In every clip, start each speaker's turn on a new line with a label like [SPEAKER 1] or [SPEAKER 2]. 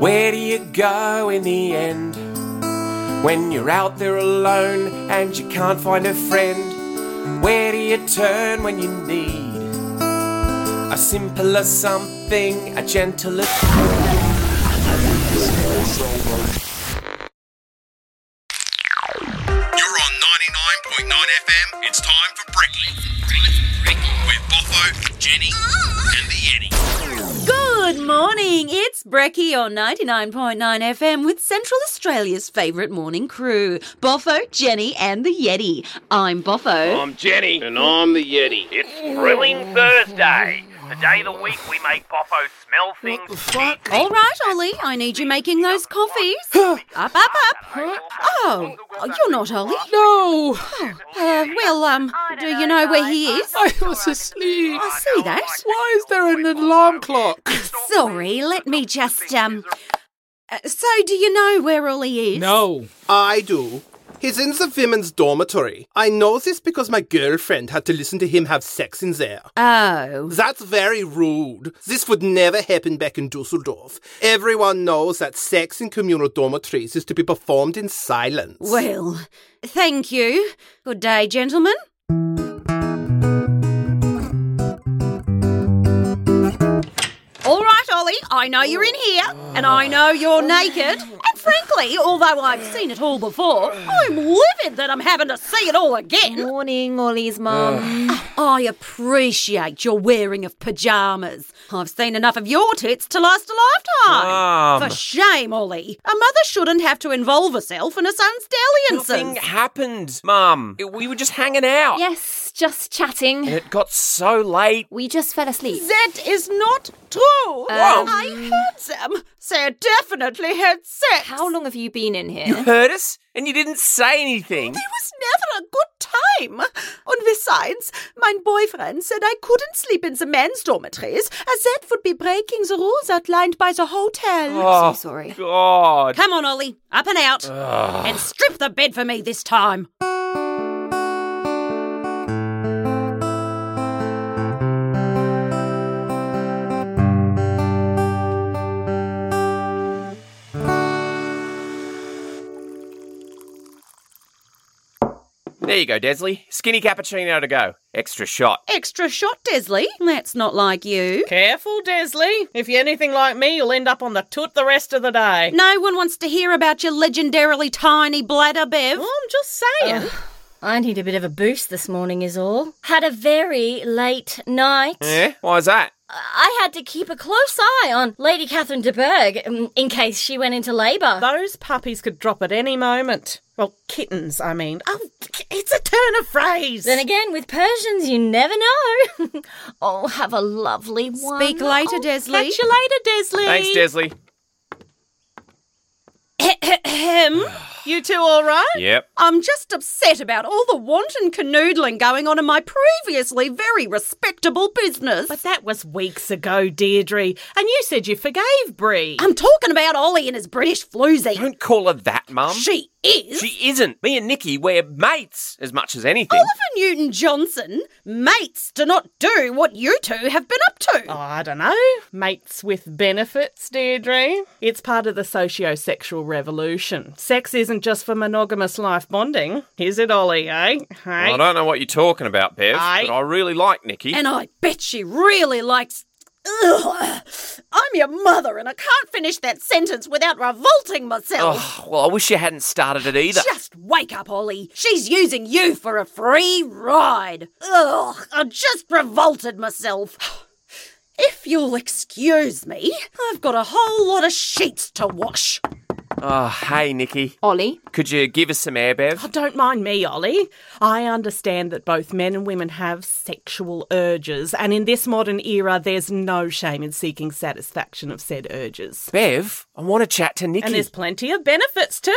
[SPEAKER 1] Where do you go in the end? When you're out there alone and you can't find a friend, where do you turn when you need a simpler something, a gentler?
[SPEAKER 2] You're on 99.9 FM. It's time for Brekkie. With Boffo, Jenny, and the Eddie.
[SPEAKER 3] Good morning. It's Brekkie on 99.9 FM with Central Australia's favourite morning crew Boffo, Jenny, and the Yeti. I'm Boffo.
[SPEAKER 4] I'm Jenny.
[SPEAKER 5] And I'm the Yeti.
[SPEAKER 4] It's Thrilling Thursday, the day of the week we make Boffo smell things.
[SPEAKER 3] All right, Ollie, I need you making those coffees. up, up, up. Oh, you're not Ollie.
[SPEAKER 6] No,
[SPEAKER 3] Uh, well, um, do you know where he is?
[SPEAKER 6] I was asleep.
[SPEAKER 3] I see that.
[SPEAKER 6] Why is there an alarm clock?
[SPEAKER 3] Sorry, let me just, um. uh, so, do you know where Ollie is?
[SPEAKER 6] No.
[SPEAKER 5] I do. He's in the women's dormitory. I know this because my girlfriend had to listen to him have sex in there.
[SPEAKER 3] Oh.
[SPEAKER 5] That's very rude. This would never happen back in Dusseldorf. Everyone knows that sex in communal dormitories is to be performed in silence.
[SPEAKER 3] Well, thank you. Good day, gentlemen. All right, Ollie, I know you're in here, and I know you're naked. And frankly, although I've seen it all before, I'm livid that I'm having to see it all again. Uh,
[SPEAKER 7] Morning, Ollie's mum.
[SPEAKER 3] I appreciate your wearing of pyjamas. I've seen enough of your tits to last a lifetime.
[SPEAKER 1] Mum.
[SPEAKER 3] For shame, Ollie. A mother shouldn't have to involve herself in her son's dalliances.
[SPEAKER 1] Nothing happened, Mum. It- We were just hanging out.
[SPEAKER 8] Yes, just
[SPEAKER 1] And
[SPEAKER 8] chatting.
[SPEAKER 1] it got so late.
[SPEAKER 8] We just fell asleep.
[SPEAKER 3] That is not true.
[SPEAKER 8] Um,
[SPEAKER 3] I heard them. They definitely had sex.
[SPEAKER 8] How long have you been in
[SPEAKER 1] You
[SPEAKER 8] here?
[SPEAKER 1] heard us and you didn't say
[SPEAKER 3] It
[SPEAKER 1] anything.
[SPEAKER 3] was never a good time. And besides, my boyfriend said I couldn't sleep in the men's dormitories, as that would be breaking the rules outlined by the hotel.
[SPEAKER 1] Oh,
[SPEAKER 8] sorry.
[SPEAKER 1] God.
[SPEAKER 3] Come on, Ollie, up and out, and strip the bed for me this time.
[SPEAKER 1] There you go, Desley. Skinny cappuccino to go. Extra shot.
[SPEAKER 3] Extra shot, Desley. That's not like you.
[SPEAKER 9] Careful, Desley. If you're anything like me, you'll end up on the toot the rest of the day.
[SPEAKER 3] No one wants to hear about your legendarily tiny bladder, Bev.
[SPEAKER 9] Well, I'm just saying.
[SPEAKER 10] I need a bit of a boost this morning, is all. Had a very late night.
[SPEAKER 1] Yeah? Why's Eh? that?
[SPEAKER 10] I had to keep a close eye on Lady Catherine de Bourgh um, in case she went into labour.
[SPEAKER 9] Those puppies could drop at any moment. Well, kittens, I mean. Oh, it's a turn of phrase.
[SPEAKER 10] Then again, with Persians, you never know. oh, have a lovely one.
[SPEAKER 3] Speak later,
[SPEAKER 10] Oh,
[SPEAKER 3] Desley.
[SPEAKER 10] Catch you later, Desley.
[SPEAKER 1] Thanks, Desley.
[SPEAKER 3] Ahem.
[SPEAKER 9] you two all right?
[SPEAKER 1] Yep.
[SPEAKER 3] I'm just upset about all the wanton canoodling going on in my previously very respectable business.
[SPEAKER 9] But that was weeks ago, Deirdre. And you said you forgave Bree.
[SPEAKER 3] I'm talking about Ollie and his British floozy.
[SPEAKER 1] Don't call her that, Mum.
[SPEAKER 3] She is
[SPEAKER 1] She isn't. Me and Nikki, we're mates as much as anything.
[SPEAKER 3] Oliver Newton Johnson. Mates do not do what you two have been up to.
[SPEAKER 9] Oh, I don't know. Mates with benefits, Deirdre. It's part of the socio-sexual revolution. Sex isn't just for monogamous life bonding. Is it, Ollie, eh? Hey?
[SPEAKER 1] Well, I don't know what you're talking about, Bev,
[SPEAKER 9] Aye.
[SPEAKER 1] but I really like Nikki.
[SPEAKER 3] And I bet she really likes. Ugh. I'm your mother, and I can't finish that sentence without revolting myself.
[SPEAKER 1] Oh, well, I wish you hadn't started it either.
[SPEAKER 3] Just wake up, Ollie. She's using you for a free ride. Ugh, I just revolted myself. If you'll excuse me, I've got a whole lot of sheets to wash.
[SPEAKER 1] Oh, hey, Nikki.
[SPEAKER 9] Ollie?
[SPEAKER 1] Could you give us some air, Bev?
[SPEAKER 9] Oh, don't mind me, Ollie. I understand that both men and women have sexual urges, and in this modern era, there's no shame in seeking satisfaction of said urges.
[SPEAKER 1] Bev, I want to chat to Nikki.
[SPEAKER 9] And there's plenty of benefits too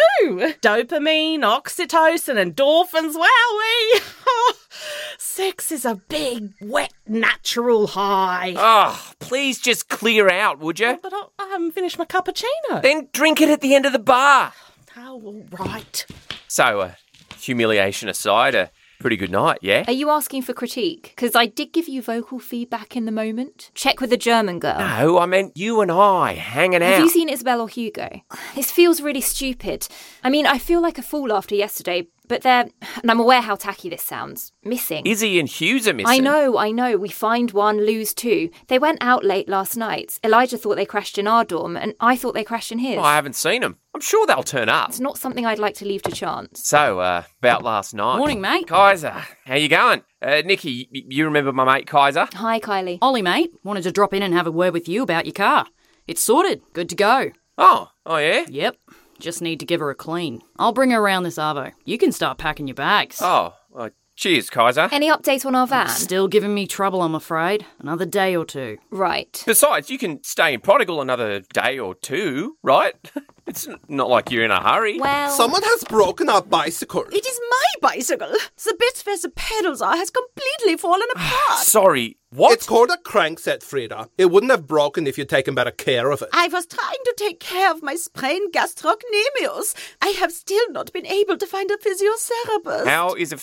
[SPEAKER 9] dopamine, oxytocin, endorphins. Wowie! Sex is a big, wet, natural high.
[SPEAKER 1] Oh, please just clear out, would you?
[SPEAKER 9] But I, I haven't finished my cappuccino.
[SPEAKER 1] Then drink it at the end of the bar.
[SPEAKER 9] Oh, all right.
[SPEAKER 1] So, uh, humiliation aside, a pretty good night, yeah?
[SPEAKER 11] Are you asking for critique? Because I did give you vocal feedback in the moment. Check with the German girl.
[SPEAKER 3] Oh.
[SPEAKER 1] No, I meant you and I hanging out.
[SPEAKER 11] Have you seen Isabel or Hugo? This feels really stupid. I mean, I feel like a fool after yesterday, but they're, and I'm aware how tacky this sounds, missing.
[SPEAKER 1] Izzy and Hughes are missing.
[SPEAKER 11] I know, I know. We find one, lose two. They went out late last night. Elijah thought they crashed in our dorm, and I thought they crashed in his.
[SPEAKER 1] Oh, I haven't seen them. I'm sure they'll turn up.
[SPEAKER 11] It's not something I'd like to leave to chance.
[SPEAKER 1] So, uh, about last night.
[SPEAKER 11] Morning, mate.
[SPEAKER 1] Kaiser, how you going? Uh, Nikki, y- you remember my mate Kaiser?
[SPEAKER 11] Hi, Kylie.
[SPEAKER 10] Ollie, mate, wanted to drop in and have a word with you about your car. It's sorted. Good to go.
[SPEAKER 1] Oh, oh yeah?
[SPEAKER 10] Yep. Just need to give her a clean. I'll bring her around this Arvo. You can start packing your bags.
[SPEAKER 1] Oh, well, cheers, Kaiser.
[SPEAKER 11] Any updates on our van?
[SPEAKER 10] Still giving me trouble, I'm afraid. Another day or two.
[SPEAKER 11] Right.
[SPEAKER 1] Besides, you can stay in Prodigal another day or two, right? It's n- not like you're in a hurry.
[SPEAKER 5] Someone has broken our bicycle.
[SPEAKER 3] It is my bicycle. The bit where the pedals are has completely fallen apart.
[SPEAKER 1] Sorry, what?
[SPEAKER 5] It's called a crankset, Frida. It wouldn't have broken if you'd taken better care of it.
[SPEAKER 3] I was trying to take care of my sprained gastrocnemius. I have still not been able to find a physiotherapist.
[SPEAKER 1] How is a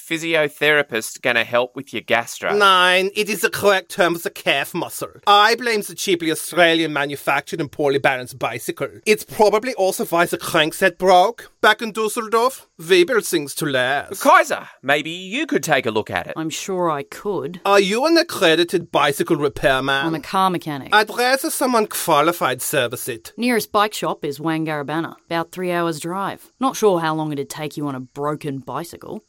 [SPEAKER 1] physiotherapist going to help with your gastro?
[SPEAKER 5] Nine, it is the correct term for the calf muscle. I blame the cheaply Australian manufactured and poorly balanced bicycle. It's probably also why the crankset broke. Back in Dusseldorf, we built things to last.
[SPEAKER 1] Kaiser, maybe you could take a look at it.
[SPEAKER 10] I'm sure I could.
[SPEAKER 5] Are you an accredited bicycle repairman?
[SPEAKER 10] I'm a car mechanic.
[SPEAKER 5] I'd rather someone qualified service it.
[SPEAKER 10] Nearest bike shop is Wangarabana, about three hours drive. Not sure how long it'd take you on a broken bicycle.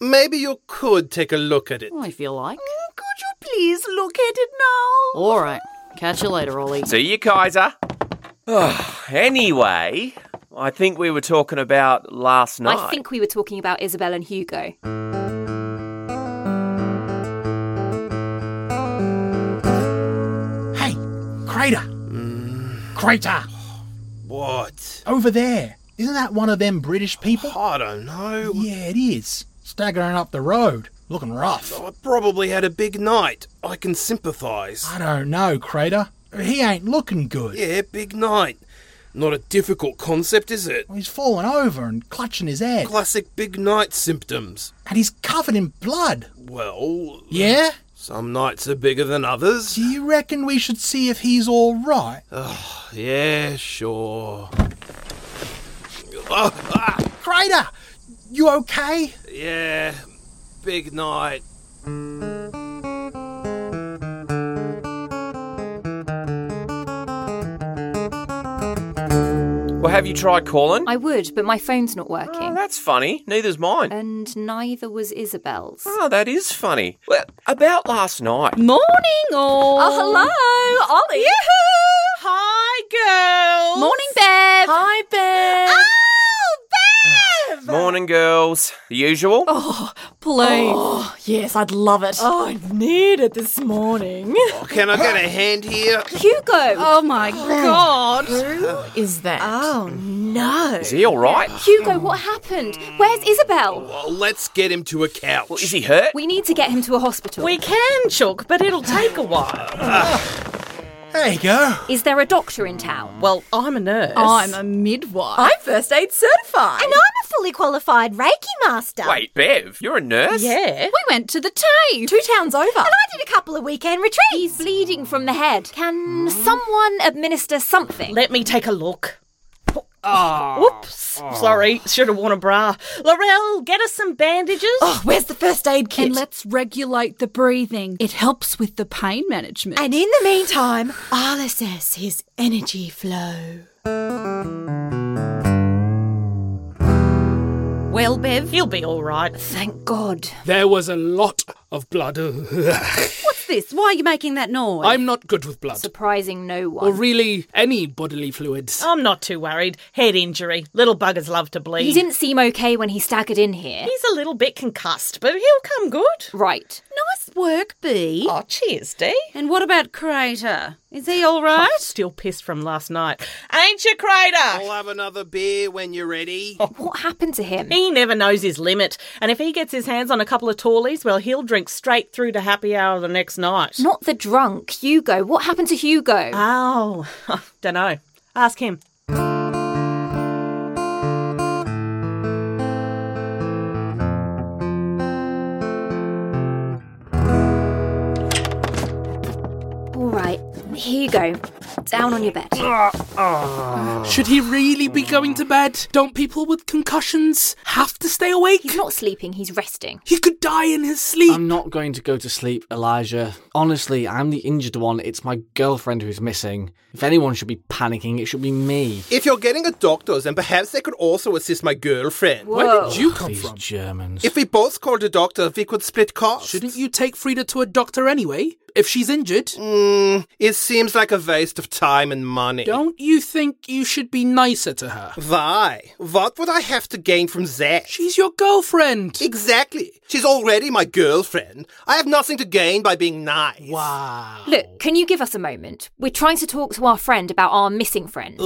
[SPEAKER 5] Maybe you could take a look at it.
[SPEAKER 10] I feel like.
[SPEAKER 3] Could you please look at it now?
[SPEAKER 10] All right. Catch you later, Ollie.
[SPEAKER 1] See you, Kaiser. Oh, anyway, I think we were talking about last night.
[SPEAKER 11] I think we were talking about Isabel and Hugo.
[SPEAKER 12] Hey, Crater! Crater!
[SPEAKER 5] What?
[SPEAKER 12] Over there! Isn't that one of them British people?
[SPEAKER 5] I don't know.
[SPEAKER 12] Yeah, it is. Staggering up the road, looking rough.
[SPEAKER 5] I probably had a big night. I can sympathise.
[SPEAKER 12] I don't know, Crater. He ain't looking good.
[SPEAKER 5] Yeah, big night. Not a difficult concept, is it?
[SPEAKER 12] He's falling over and clutching his head.
[SPEAKER 5] Classic big night symptoms.
[SPEAKER 12] And he's covered in blood.
[SPEAKER 5] Well,
[SPEAKER 12] Yeah?
[SPEAKER 5] some nights are bigger than others.
[SPEAKER 12] Do you reckon we should see if he's alright?
[SPEAKER 5] Ah, Yeah, sure. Ah,
[SPEAKER 12] Crater! You okay?
[SPEAKER 5] Yeah, big night.
[SPEAKER 1] Well, have you tried calling?
[SPEAKER 11] I would, but my phone's not
[SPEAKER 1] Oh,
[SPEAKER 11] working.
[SPEAKER 1] that's funny. Neither's mine.
[SPEAKER 11] And neither was Isabel's.
[SPEAKER 1] Oh, that is funny. Well, about last night.
[SPEAKER 10] Morning, all.
[SPEAKER 11] Oh, hello, Ollie.
[SPEAKER 9] Hi, girls.
[SPEAKER 11] Morning, Bev.
[SPEAKER 10] Hi, Bev.
[SPEAKER 1] Oh, Morning, girls. The usual.
[SPEAKER 11] Oh,
[SPEAKER 10] Please. Oh, yes, I'd love it. Oh, I need it this morning.
[SPEAKER 5] Oh, Can I get a hand here?
[SPEAKER 11] Hugo.
[SPEAKER 9] Um,
[SPEAKER 10] Oh my god.
[SPEAKER 4] Who is that?
[SPEAKER 10] Oh no.
[SPEAKER 1] Is he all right?
[SPEAKER 11] Hugo, what happened? Where's Isabel?
[SPEAKER 5] Well, let's get him to a couch.
[SPEAKER 1] Is he hurt?
[SPEAKER 11] We need to get him to a hospital.
[SPEAKER 9] We can, Chook, but it'll take a while.
[SPEAKER 12] There you go.
[SPEAKER 11] Is there a doctor in town?
[SPEAKER 9] Well, I'm a nurse.
[SPEAKER 10] I'm a midwife.
[SPEAKER 13] I'm first aid certified.
[SPEAKER 14] And I'm a fully qualified Reiki master.
[SPEAKER 1] Wait, Bev, you're a nurse?
[SPEAKER 9] Yeah.
[SPEAKER 10] we went to the tea.
[SPEAKER 13] Two towns over.
[SPEAKER 14] And I did a couple of weekend retreats.
[SPEAKER 11] He's Mm-hmm. bleeding from the head. Can someone administer something?
[SPEAKER 9] Let me take a look.
[SPEAKER 5] Oh,
[SPEAKER 9] Whoops. Sorry, should have worn a bra. Laurel, get us some bandages.
[SPEAKER 13] Oh, where's the first aid kit? And let's regulate the breathing. It helps with the pain management. And in the meantime, I'll assess his energy flow.
[SPEAKER 9] Well, Bev, he'll be all right. Thank God.
[SPEAKER 4] There was a lot of blood.
[SPEAKER 3] What's this? Why are you making that noise?
[SPEAKER 4] I'm not good with blood.
[SPEAKER 11] Surprising no one.
[SPEAKER 4] Or really any bodily fluids.
[SPEAKER 9] I'm not too worried. Head injury. Little buggers love to bleed.
[SPEAKER 11] He didn't seem okay when he staggered in here.
[SPEAKER 9] He's a little bit concussed, but he'll come good.
[SPEAKER 11] Right.
[SPEAKER 3] Nice work, Bee.
[SPEAKER 9] Oh, cheers, Dee.
[SPEAKER 3] And what about Crater? Is he all right?
[SPEAKER 9] Oh, still pissed from last night. Ain't you, Crater?
[SPEAKER 5] I'll have another beer when you're ready.
[SPEAKER 11] What happened to him?
[SPEAKER 9] He never knows his limit. And if he gets his hands on a couple of tallies, well, he'll drink straight through to happy hour the next night.
[SPEAKER 11] Not the drunk, Hugo. What happened to Hugo?
[SPEAKER 9] Oh, dunno. Ask him.
[SPEAKER 11] All right, here you go. Down on your bed.
[SPEAKER 4] Should he really be going to bed? Don't people with concussions have to stay awake? He's
[SPEAKER 11] not sleeping, he's resting.
[SPEAKER 4] He could die in his sleep.
[SPEAKER 15] I'm not going to go to sleep, Elijah. Honestly, I'm the injured one. It's my girlfriend who's missing. If anyone should be panicking, it should be me.
[SPEAKER 5] If you're getting a doctor's, then perhaps they could also assist my girlfriend.
[SPEAKER 4] Where did you come
[SPEAKER 15] These
[SPEAKER 4] from?
[SPEAKER 15] Germans.
[SPEAKER 5] If we both called a doctor, we could split costs.
[SPEAKER 4] Shouldn't you take Frida to a doctor anyway? If she's injured?
[SPEAKER 5] Mm, it seems like a waste of time and money.
[SPEAKER 4] Don't you think you should be nicer to her?
[SPEAKER 5] Why? What would I have to gain from that?
[SPEAKER 4] She's your girlfriend.
[SPEAKER 5] Exactly. She's already my girlfriend. I have nothing to gain by being nice.
[SPEAKER 4] Wow.
[SPEAKER 11] Look, can you give us a moment? We're trying to talk to our friend about our missing friend.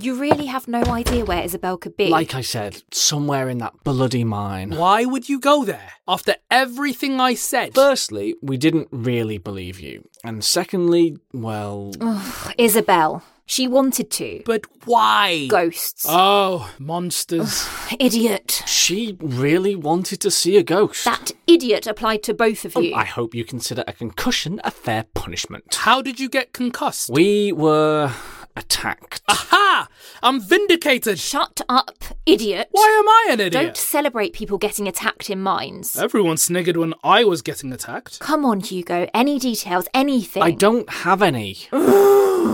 [SPEAKER 11] You really have no idea where Isabel could be.
[SPEAKER 15] Like I said, somewhere in that bloody mine.
[SPEAKER 4] Why would you go there after everything I said?
[SPEAKER 15] Firstly, we didn't really believe you. And secondly, well.
[SPEAKER 11] Ugh, Isabel. She wanted to.
[SPEAKER 4] But why?
[SPEAKER 11] Ghosts.
[SPEAKER 4] Oh, monsters.
[SPEAKER 11] Idiot.
[SPEAKER 15] She really wanted to see a ghost. Oh,
[SPEAKER 11] That idiot applied to both of you.
[SPEAKER 15] I hope you consider a concussion a fair punishment.
[SPEAKER 4] How did you get concussed?
[SPEAKER 15] We were attacked.
[SPEAKER 4] Aha! I'm vindicated.
[SPEAKER 11] Shut up, idiot.
[SPEAKER 4] Why am I an idiot?
[SPEAKER 11] Don't celebrate people getting attacked in mines.
[SPEAKER 4] Everyone sniggered when I was getting attacked.
[SPEAKER 11] Come on, Hugo. Any details, anything.
[SPEAKER 15] I don't have any.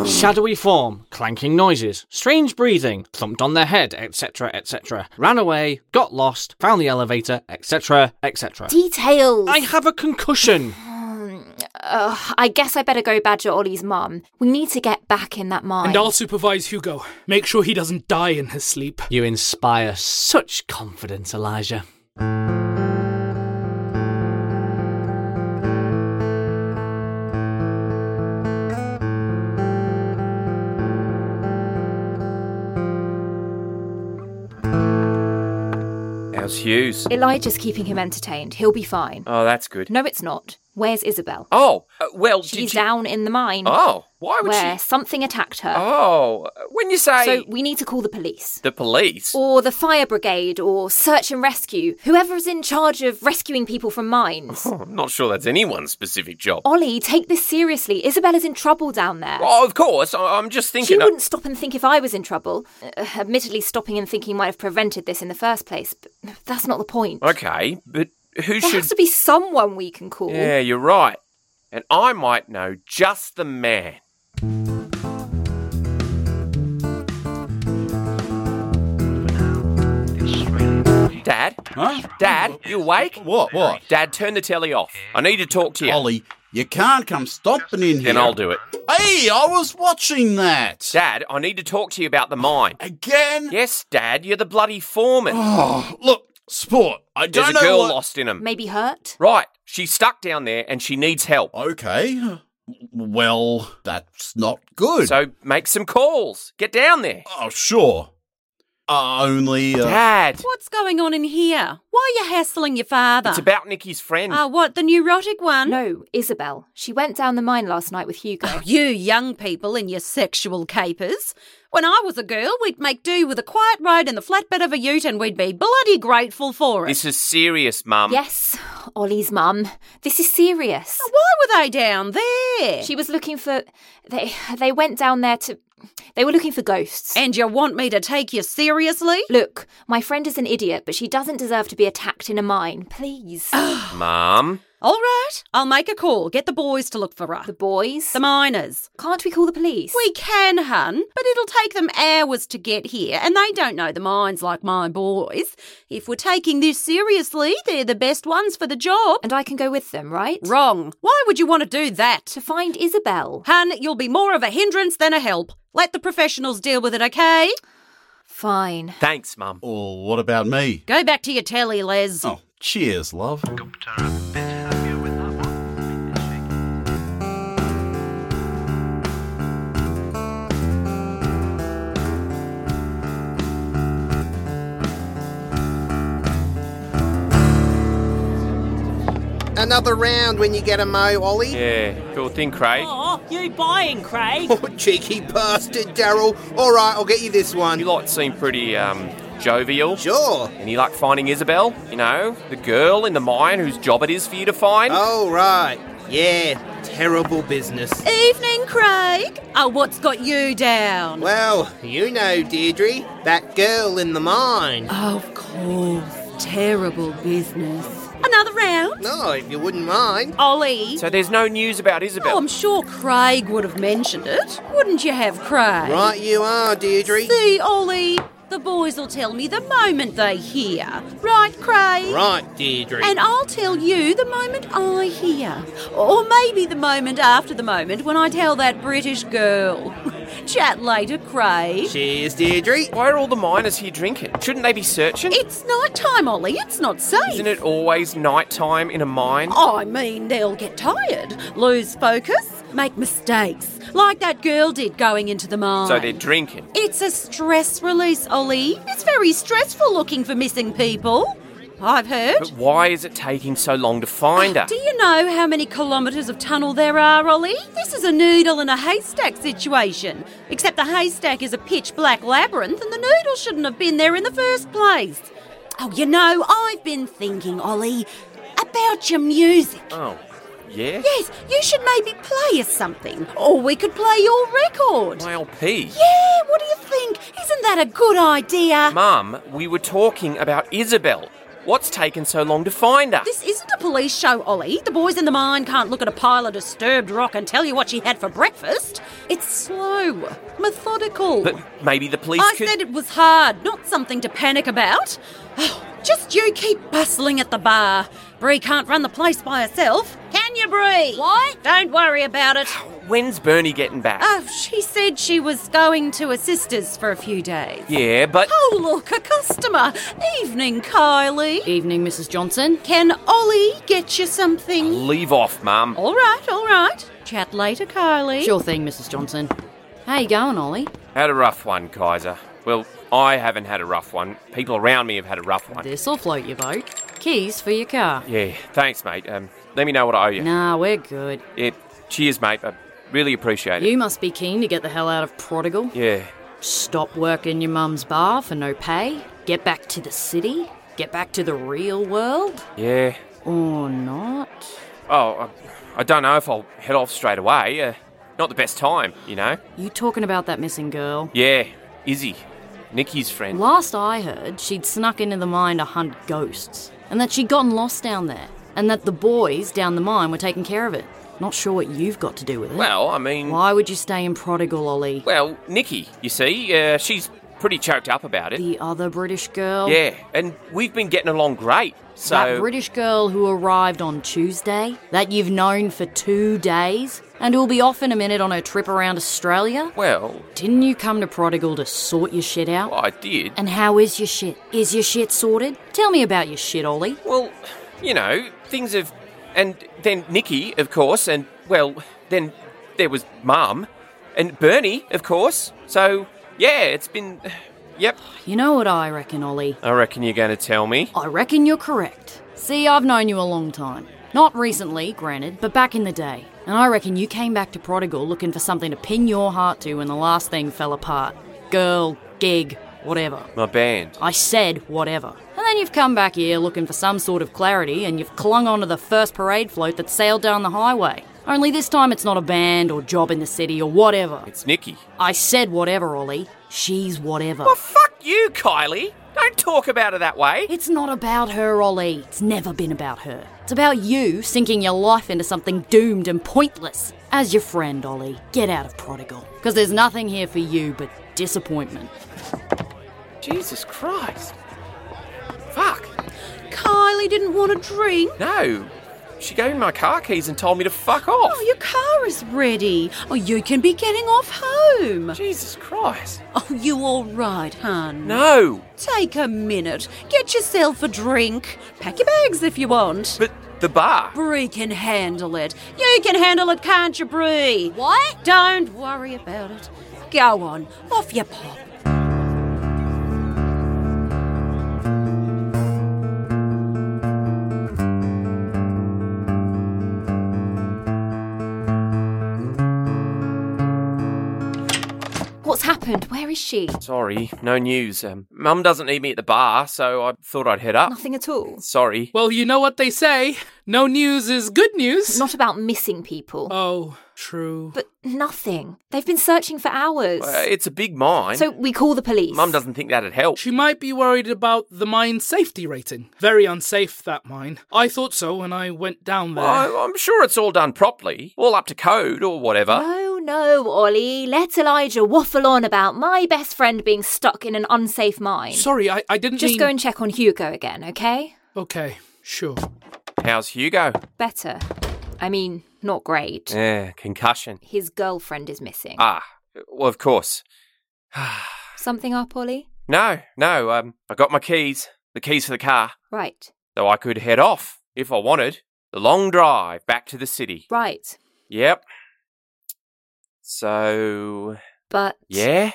[SPEAKER 15] Shadowy form, clanking noises, strange breathing, thumped on their head, etc., etc. Ran away, got lost, found the elevator, etc., etc.
[SPEAKER 11] Details.
[SPEAKER 15] I have a concussion.
[SPEAKER 11] Ugh, I guess I better go badger Ollie's mum. We need to get back in that mine.
[SPEAKER 4] And I'll supervise Hugo. Make sure he doesn't die in his sleep.
[SPEAKER 15] You inspire such confidence, Elijah.
[SPEAKER 1] How's Hughes?
[SPEAKER 11] Elijah's keeping him entertained. He'll be fine.
[SPEAKER 1] Oh, that's good.
[SPEAKER 11] No, it's not. Where's Isabel?
[SPEAKER 1] Oh, uh, well, did
[SPEAKER 11] She's
[SPEAKER 1] you-
[SPEAKER 11] down in the mine.
[SPEAKER 1] Oh, why would
[SPEAKER 11] where
[SPEAKER 1] she?
[SPEAKER 11] something attacked her.
[SPEAKER 1] Oh, when you say
[SPEAKER 11] So we need to call the police.
[SPEAKER 1] the police,
[SPEAKER 11] Or the fire brigade, or search and rescue. Whoever's in charge of rescuing people from mines.
[SPEAKER 1] Oh, I'm not sure that's anyone's specific job.
[SPEAKER 11] Ollie, take this seriously. Isabella's in trouble down there.
[SPEAKER 1] Oh, of course. I- I'm just
[SPEAKER 11] She
[SPEAKER 1] thinking.
[SPEAKER 11] wouldn't stop and think if I was in trouble. Uh, admittedly, stopping and thinking might have prevented this in the first place, but that's not the point.
[SPEAKER 1] Okay, but who
[SPEAKER 11] there
[SPEAKER 1] should?
[SPEAKER 11] has to be someone we can call.
[SPEAKER 1] Yeah, you're right. And I might know just the man. Dad? Huh? Dad, you awake? What? What? Dad, turn the telly off. I need to talk to you.
[SPEAKER 16] Ollie, you can't come stomping in here.
[SPEAKER 1] Then I'll do it.
[SPEAKER 16] Hey, I was watching that.
[SPEAKER 1] Dad, I need to talk to you about the mine.
[SPEAKER 16] Again?
[SPEAKER 1] Yes, Dad, you're the bloody foreman.
[SPEAKER 16] Oh, look, sport. I
[SPEAKER 1] There's
[SPEAKER 16] don't
[SPEAKER 1] a
[SPEAKER 16] know
[SPEAKER 1] girl
[SPEAKER 16] what-
[SPEAKER 1] lost in 'em.
[SPEAKER 11] Maybe hurt?
[SPEAKER 1] Right, she's stuck down there and she needs help.
[SPEAKER 16] Okay. Well, that's not good.
[SPEAKER 1] So make some calls. Get down there.
[SPEAKER 16] Oh, sure. Uh, only. Uh...
[SPEAKER 1] Dad,
[SPEAKER 3] What's going on in here? Why are you hassling your father?
[SPEAKER 1] it's about Nikki's friend.
[SPEAKER 11] Oh,
[SPEAKER 3] Ah, what, the neurotic one? Oh,
[SPEAKER 11] No, Isabel. She went down the mine last night with Hugo.
[SPEAKER 3] You young people and your sexual capers. When I was a girl, we'd make do with a quiet ride in the flatbed of a ute and we'd be bloody grateful for it. Um,
[SPEAKER 1] This is serious, Mum.
[SPEAKER 11] yes, Ollie's mum. This is serious. Why were they down there? She was looking for. They they went down there to. They were looking for ghosts. And you want me to take you seriously? Look, my friend is an idiot, but she doesn't deserve to be attacked in a mine. Please.
[SPEAKER 1] Mum?
[SPEAKER 3] All right, I'll make a call. Get the boys to look for her. The
[SPEAKER 11] boys?
[SPEAKER 3] The miners.
[SPEAKER 11] Can't we call the police?
[SPEAKER 3] We can, hun, but it'll take them hours to get here, and they don't know the mines like my boys. If we're taking this seriously, they're the best ones for the job.
[SPEAKER 11] And I can go with them, right?
[SPEAKER 3] Wrong. Why would you want to do that? To
[SPEAKER 11] find Isabel.
[SPEAKER 3] Hun, you'll be more of a hindrance than a help. Let the professionals deal with it, okay?
[SPEAKER 11] Fine.
[SPEAKER 1] Thanks, Mum.
[SPEAKER 16] Or Oh, what about me?
[SPEAKER 3] Go back to your telly, Les.
[SPEAKER 16] Oh, cheers, love.
[SPEAKER 5] Another round when you get a mo, Ollie.
[SPEAKER 1] Yeah, cool thing, Craig.
[SPEAKER 17] Oh, you buying, Craig?
[SPEAKER 5] Oh, cheeky bastard, Daryl. All right, I'll get you this one.
[SPEAKER 1] You lot seem pretty um, jovial.
[SPEAKER 5] Sure.
[SPEAKER 1] Any luck finding Isabel? You know, the girl in the mine whose job it is for you to find?
[SPEAKER 5] Oh, right. Yeah, terrible business.
[SPEAKER 3] Evening, Craig. Oh, what's got you down?
[SPEAKER 5] Well, you know, Deirdre, that girl in the mine.
[SPEAKER 3] Of course. Terrible business. Another round?
[SPEAKER 5] No, if you wouldn't mind.
[SPEAKER 3] Ollie.
[SPEAKER 1] So there's no news about
[SPEAKER 3] Oh,
[SPEAKER 1] Isabel.
[SPEAKER 3] I'm sure Craig would have mentioned it. Wouldn't you have, Craig?
[SPEAKER 5] Right you are, Deirdre.
[SPEAKER 3] See, Ollie, the boys will tell me the moment they hear. Right, Craig?
[SPEAKER 5] Right, Deirdre.
[SPEAKER 3] And I'll tell you the moment I hear. Or maybe the moment after the moment when I tell that British girl. Chat later, Craig.
[SPEAKER 5] Cheers, Deirdre.
[SPEAKER 1] Why are all the miners here drinking? Shouldn't they be searching?
[SPEAKER 3] It's night time, Ollie. It's not safe.
[SPEAKER 1] Isn't it always night time in a mine?
[SPEAKER 3] Oh, I mean, they'll get tired, lose focus, make mistakes, like that girl did going into the mine.
[SPEAKER 1] So they're drinking.
[SPEAKER 3] It's a stress release, Ollie. It's very stressful looking for missing people. I've heard.
[SPEAKER 1] But why is it taking so long to find her?
[SPEAKER 3] Do you know how many kilometres of tunnel there are, Ollie? This is a noodle in a haystack situation. Except the haystack is a pitch black labyrinth and the noodle shouldn't have been there in the first place. Oh, you know, I've been thinking, Ollie, about your music.
[SPEAKER 1] Oh, yeah?
[SPEAKER 3] Yes, you should maybe play us something. Or we could play your record.
[SPEAKER 1] My LP.
[SPEAKER 3] Yeah, what do you think? Isn't that a good idea?
[SPEAKER 1] Mum, we were talking about Isabel. What's taken so long to find her?
[SPEAKER 3] This isn't a police show, Ollie. The boys in the mine can't look at a pile of disturbed rock and tell you what she had for breakfast. It's slow, methodical.
[SPEAKER 1] But maybe the police
[SPEAKER 3] I
[SPEAKER 1] could.
[SPEAKER 3] said it was hard, not something to panic about. Oh, Just you keep bustling at the bar. Bree can't run the place by herself. Can you, Bree? Why? Don't worry about it.
[SPEAKER 1] When's Bernie getting back?
[SPEAKER 3] Oh, she said she was going to her sister's for a few days.
[SPEAKER 1] yeah, but.
[SPEAKER 3] Oh, look, a customer. Evening, Kylie.
[SPEAKER 10] Evening, Mrs. Johnson.
[SPEAKER 3] Can Ollie get you something?
[SPEAKER 1] Leave off, Mum.
[SPEAKER 3] All right, all right. Chat later, Kylie.
[SPEAKER 10] Sure thing, Mrs. Johnson. How you going, Ollie?
[SPEAKER 1] Had a rough one, Kaiser. Well, I haven't had a rough one. People around me have had a rough one.
[SPEAKER 10] This'll float your boat. Keys for your car.
[SPEAKER 1] Yeah, thanks, mate. Um, let me know what I owe you.
[SPEAKER 10] Nah, we're good.
[SPEAKER 1] Yeah, cheers, mate. I really appreciate it.
[SPEAKER 10] You must be keen to get the hell out of Prodigal.
[SPEAKER 1] Yeah.
[SPEAKER 10] Stop working your mum's bar for no pay. Get back to the city. Get back to the real world.
[SPEAKER 1] Yeah.
[SPEAKER 10] Or not.
[SPEAKER 1] Oh, I, I don't know if I'll head off straight away. Uh, not the best time, you know?
[SPEAKER 10] You talking about that missing girl?
[SPEAKER 1] Yeah, Izzy. Nikki's friend.
[SPEAKER 10] Last I heard, she'd snuck into the mine to hunt ghosts, and that she'd gotten lost down there, and that the boys down the mine were taking care of it. Not sure what you've got to do with it.
[SPEAKER 1] Well, I mean.
[SPEAKER 10] Why would you stay in Prodigal, Ollie?
[SPEAKER 1] Well, Nikki, you see, uh, she's pretty choked up about it.
[SPEAKER 10] The other British girl?
[SPEAKER 1] Yeah, and we've been getting along great. So
[SPEAKER 10] That British girl who arrived on Tuesday, that you've known for two days, and who'll be off in a minute on her trip around Australia?
[SPEAKER 1] Well,
[SPEAKER 10] Didn't you come to Prodigal to sort your shit out?
[SPEAKER 1] I did.
[SPEAKER 10] And how is your shit? Is your shit sorted? Tell me about your shit, Ollie.
[SPEAKER 1] Well, you know, things have. And then Nikki, of course, and, well, then there was Mum. And Bernie, of course. So, yeah, it's been. Yep.
[SPEAKER 10] You know what I reckon, Ollie?
[SPEAKER 1] I reckon you're going to tell me.
[SPEAKER 10] I reckon you're correct. See, I've known you a long time. Not recently, granted, but back in the day. And I reckon you came back to Prodigal looking for something to pin your heart to when the last thing fell apart. Girl, gig, whatever.
[SPEAKER 1] My band.
[SPEAKER 10] I said whatever. And And you've come back here looking for some sort of clarity, and you've clung onto the first parade float that sailed down the highway. Only this time it's not a band or job in the city or whatever.
[SPEAKER 1] It's Nikki.
[SPEAKER 10] I said whatever, Ollie. She's whatever.
[SPEAKER 1] Fuck you, Kylie. Don't talk about her that way.
[SPEAKER 10] It's not about her, Ollie. It's never been about her. It's about you sinking your life into something doomed and pointless. As your friend, Ollie, get out of Prodigal. Because there's nothing here for you but disappointment.
[SPEAKER 1] Jesus Christ.
[SPEAKER 13] Kylie didn't want a drink.
[SPEAKER 1] No. Oh, She gave me my car keys and told me to fuck off.
[SPEAKER 13] Oh, your car is ready. Oh, you can be getting off home.
[SPEAKER 1] Jesus Christ.
[SPEAKER 13] Oh, you all right, hon?
[SPEAKER 1] No.
[SPEAKER 13] Take a minute. Get yourself a drink. Pack your bags if you want.
[SPEAKER 1] But the bar.
[SPEAKER 13] Bree can handle it. You can handle it, can't you, Bree? What? Don't worry about it. Go on. Off you pop.
[SPEAKER 11] What's happened? Where is she?
[SPEAKER 1] Sorry, no news. Um, Mum doesn't need me at the bar, so I thought I'd head up.
[SPEAKER 11] Nothing at all.
[SPEAKER 1] Sorry.
[SPEAKER 4] Well, you know what they say no news is good news.
[SPEAKER 11] Not about missing people.
[SPEAKER 4] Oh, true.
[SPEAKER 11] But nothing. They've been searching for hours.
[SPEAKER 1] Uh, it's a big mine.
[SPEAKER 11] so we call the police.
[SPEAKER 1] Mum doesn't think that'd help.
[SPEAKER 4] She might be worried about the mine's safety rating. Very unsafe, that mine. I thought so when I went down there.
[SPEAKER 1] I, I'm sure it's all done properly, all up to code or whatever.
[SPEAKER 11] No, Oh, no, Ollie. Let Elijah waffle on about my best friend being stuck in an unsafe mine.
[SPEAKER 4] Sorry, I, I didn't
[SPEAKER 11] Just
[SPEAKER 4] mean-
[SPEAKER 11] go and check on Hugo again, okay?
[SPEAKER 4] Okay, sure.
[SPEAKER 1] How's Hugo?
[SPEAKER 11] Better. I mean, not great.
[SPEAKER 1] Yeah, concussion.
[SPEAKER 11] His girlfriend is missing.
[SPEAKER 1] Ah, well, of course.
[SPEAKER 11] Something up, Ollie?
[SPEAKER 1] No, no. Um, I got my keys, the keys for the car,
[SPEAKER 11] Right,
[SPEAKER 1] so I could head off if I wanted. The long drive back to the city.
[SPEAKER 11] right.
[SPEAKER 1] Yep. So
[SPEAKER 11] But
[SPEAKER 1] yeah,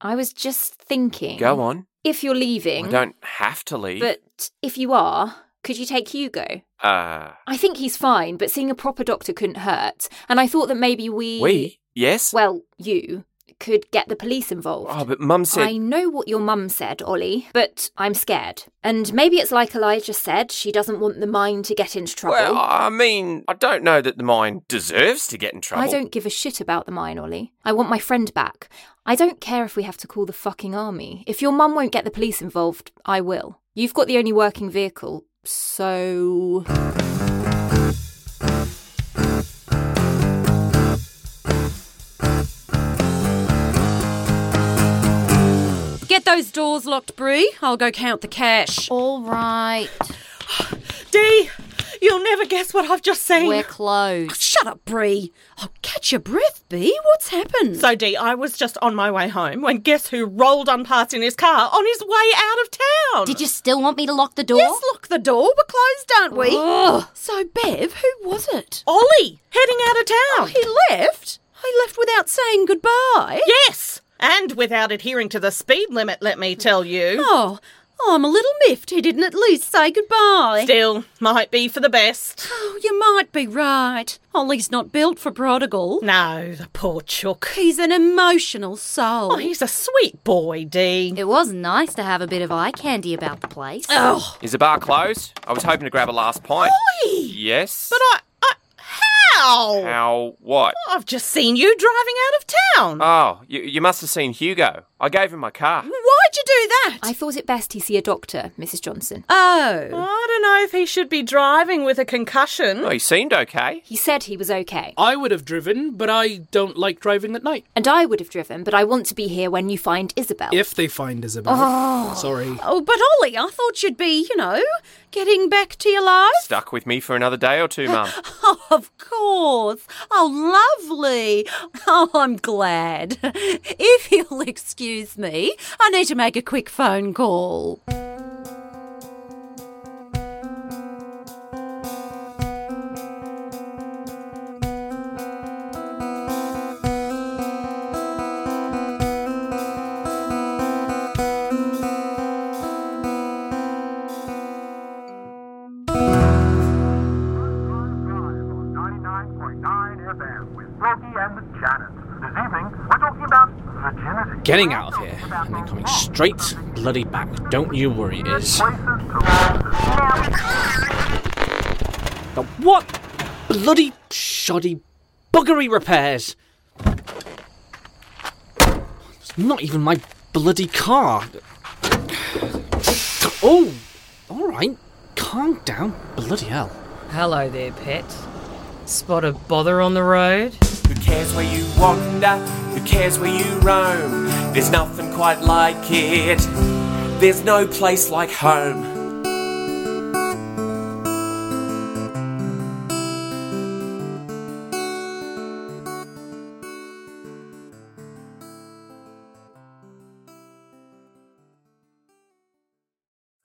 [SPEAKER 11] I was just thinking.
[SPEAKER 1] go on.
[SPEAKER 11] If you're leaving.
[SPEAKER 1] I don't have to leave.
[SPEAKER 11] But if you are, could you take Hugo?
[SPEAKER 1] uh,
[SPEAKER 11] I think he's fine, but seeing a proper doctor couldn't hurt. And I thought that maybe we.
[SPEAKER 1] we yes.
[SPEAKER 11] Well, you could get the police involved.
[SPEAKER 1] Oh, but Mum said
[SPEAKER 11] I know what your mum said, Ollie, but I'm scared. And maybe it's like Elijah said, she doesn't want the mine to get into trouble.
[SPEAKER 1] Well, uh, I mean, I don't know that the mine deserves to get in trouble.
[SPEAKER 11] I don't give a shit about the mine, Ollie. I want my friend back. I don't care if we have to call the fucking army. If your mum won't get the police involved, I will. You've got the only working vehicle, so.
[SPEAKER 3] Get those doors locked, Bree. I'll go count the cash.
[SPEAKER 10] All right.
[SPEAKER 3] Dee, you'll never guess what I've just seen.
[SPEAKER 10] We're
[SPEAKER 9] Oh,
[SPEAKER 10] closed.
[SPEAKER 3] shut up, Bree. I'll catch your breath, Bee. What's happened?
[SPEAKER 9] So, Dee, I was just on my way home when guess who rolled on past in his car on his way out of town?
[SPEAKER 10] Did you still want me to lock the door?
[SPEAKER 3] Yes, lock the door. We're closed, aren't we?
[SPEAKER 10] Ugh.
[SPEAKER 3] So, Bev, who was it?
[SPEAKER 9] Ollie, heading out of town.
[SPEAKER 3] Oh, he left? He left without saying goodbye?
[SPEAKER 9] Yes, and without adhering to the speed limit, let me tell you.
[SPEAKER 3] Oh, I'm a little miffed he didn't at least say goodbye.
[SPEAKER 9] Still, might be for the best.
[SPEAKER 3] Oh, you might be right. Ollie's not built for prodigal.
[SPEAKER 9] No, the poor chook.
[SPEAKER 3] He's an emotional soul.
[SPEAKER 9] Oh, he's a sweet boy, Dee.
[SPEAKER 10] It was nice to have a bit of eye candy about the place.
[SPEAKER 3] Oh,
[SPEAKER 1] Is the bar closed? I was hoping to grab a last pint. Yes. But
[SPEAKER 9] I. How?
[SPEAKER 1] How? What?
[SPEAKER 9] I've just seen you driving out of town.
[SPEAKER 1] Oh, you, you must have seen Hugo. I gave him my car.
[SPEAKER 3] Why'd you do that?
[SPEAKER 11] I thought it best he see a doctor, Mrs. Johnson.
[SPEAKER 3] Oh.
[SPEAKER 9] I don't know if he should be driving with a concussion.
[SPEAKER 1] Oh, he seemed okay.
[SPEAKER 11] He said he was okay.
[SPEAKER 4] I would have driven, but I don't like driving at night.
[SPEAKER 11] And I would have driven, but I want to be here when you find Isabel.
[SPEAKER 4] If they find Isabel.
[SPEAKER 11] Oh.
[SPEAKER 4] Sorry.
[SPEAKER 3] Oh, but Ollie, I thought you'd be, you know, Oh, getting back to your life.
[SPEAKER 1] Stuck with me for another day or two, Mum.
[SPEAKER 3] Oh, of course. Oh, lovely. Oh, I'm glad. If you'll excuse me, I need to make a quick phone call.
[SPEAKER 2] Brookie and the Janet. This evening, we're talking about virginity.
[SPEAKER 15] Getting out of here. and they're coming straight bloody back. Don't you worry, it is. Now, what bloody shoddy buggery repairs? It's not even my bloody car. Oh, all right. Calm down, bloody hell.
[SPEAKER 18] Hello there, pet. Spot a bother on the road? Who
[SPEAKER 1] cares where you wander? Who cares where you roam? There's nothing quite like it. There's no place like home.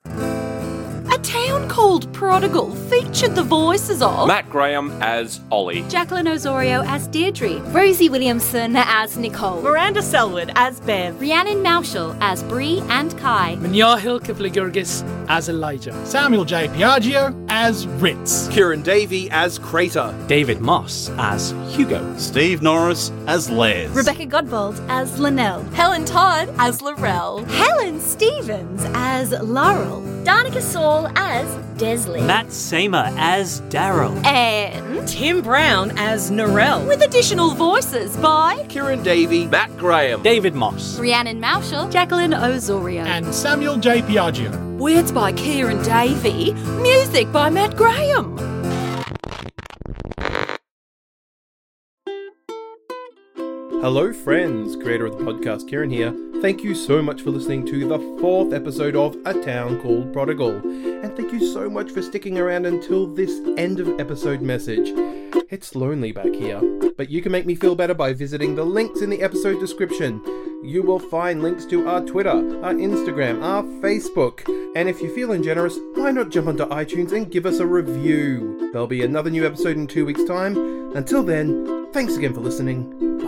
[SPEAKER 3] A town called Prodigal featured the voices
[SPEAKER 11] Oh.
[SPEAKER 3] of
[SPEAKER 19] Matt Graham as Ollie.
[SPEAKER 11] Jacqueline Osorio as Deirdre. Rosie Williamson as Nicole. Miranda Selwood as Bev. Rhiannon Mauchel as Bree and Kai.
[SPEAKER 4] Manyahil Kipligurgis as Elijah.
[SPEAKER 20] Samuel J. Piaggio as Ritz.
[SPEAKER 21] Kieran Davey as Crater.
[SPEAKER 15] David Moss as Hugo.
[SPEAKER 22] Steve Norris as Les.
[SPEAKER 23] Rebecca Godbold as Linnell. Helen Todd as Laurel. Helen Stevens as Laurel.
[SPEAKER 24] Danica Saul as Desley.
[SPEAKER 9] Matt Seymour as Daryl.
[SPEAKER 3] And
[SPEAKER 9] Tim Brown as Norell.
[SPEAKER 3] With additional voices by
[SPEAKER 21] Kieran Davey. Matt Graham.
[SPEAKER 15] David Moss.
[SPEAKER 3] Rhiannon Mauchel, Jacqueline Osorio,
[SPEAKER 20] And Samuel J. Piaggio.
[SPEAKER 3] words by Kieran Davey, music by Matt Graham.
[SPEAKER 5] Hello, friends. Creator of the podcast, Kieran here. Thank you so much for listening to the fourth episode of A Town Called Prodigal. And thank you so much for sticking around until this end of episode message. It's lonely back here, but you can make me feel better by visiting the links in the episode description. You will find links to our Twitter, our Instagram, our Facebook. And if you're feeling generous, why not jump onto iTunes and give us a review? There'll be another new episode in two weeks' time. Until then, thanks again for listening.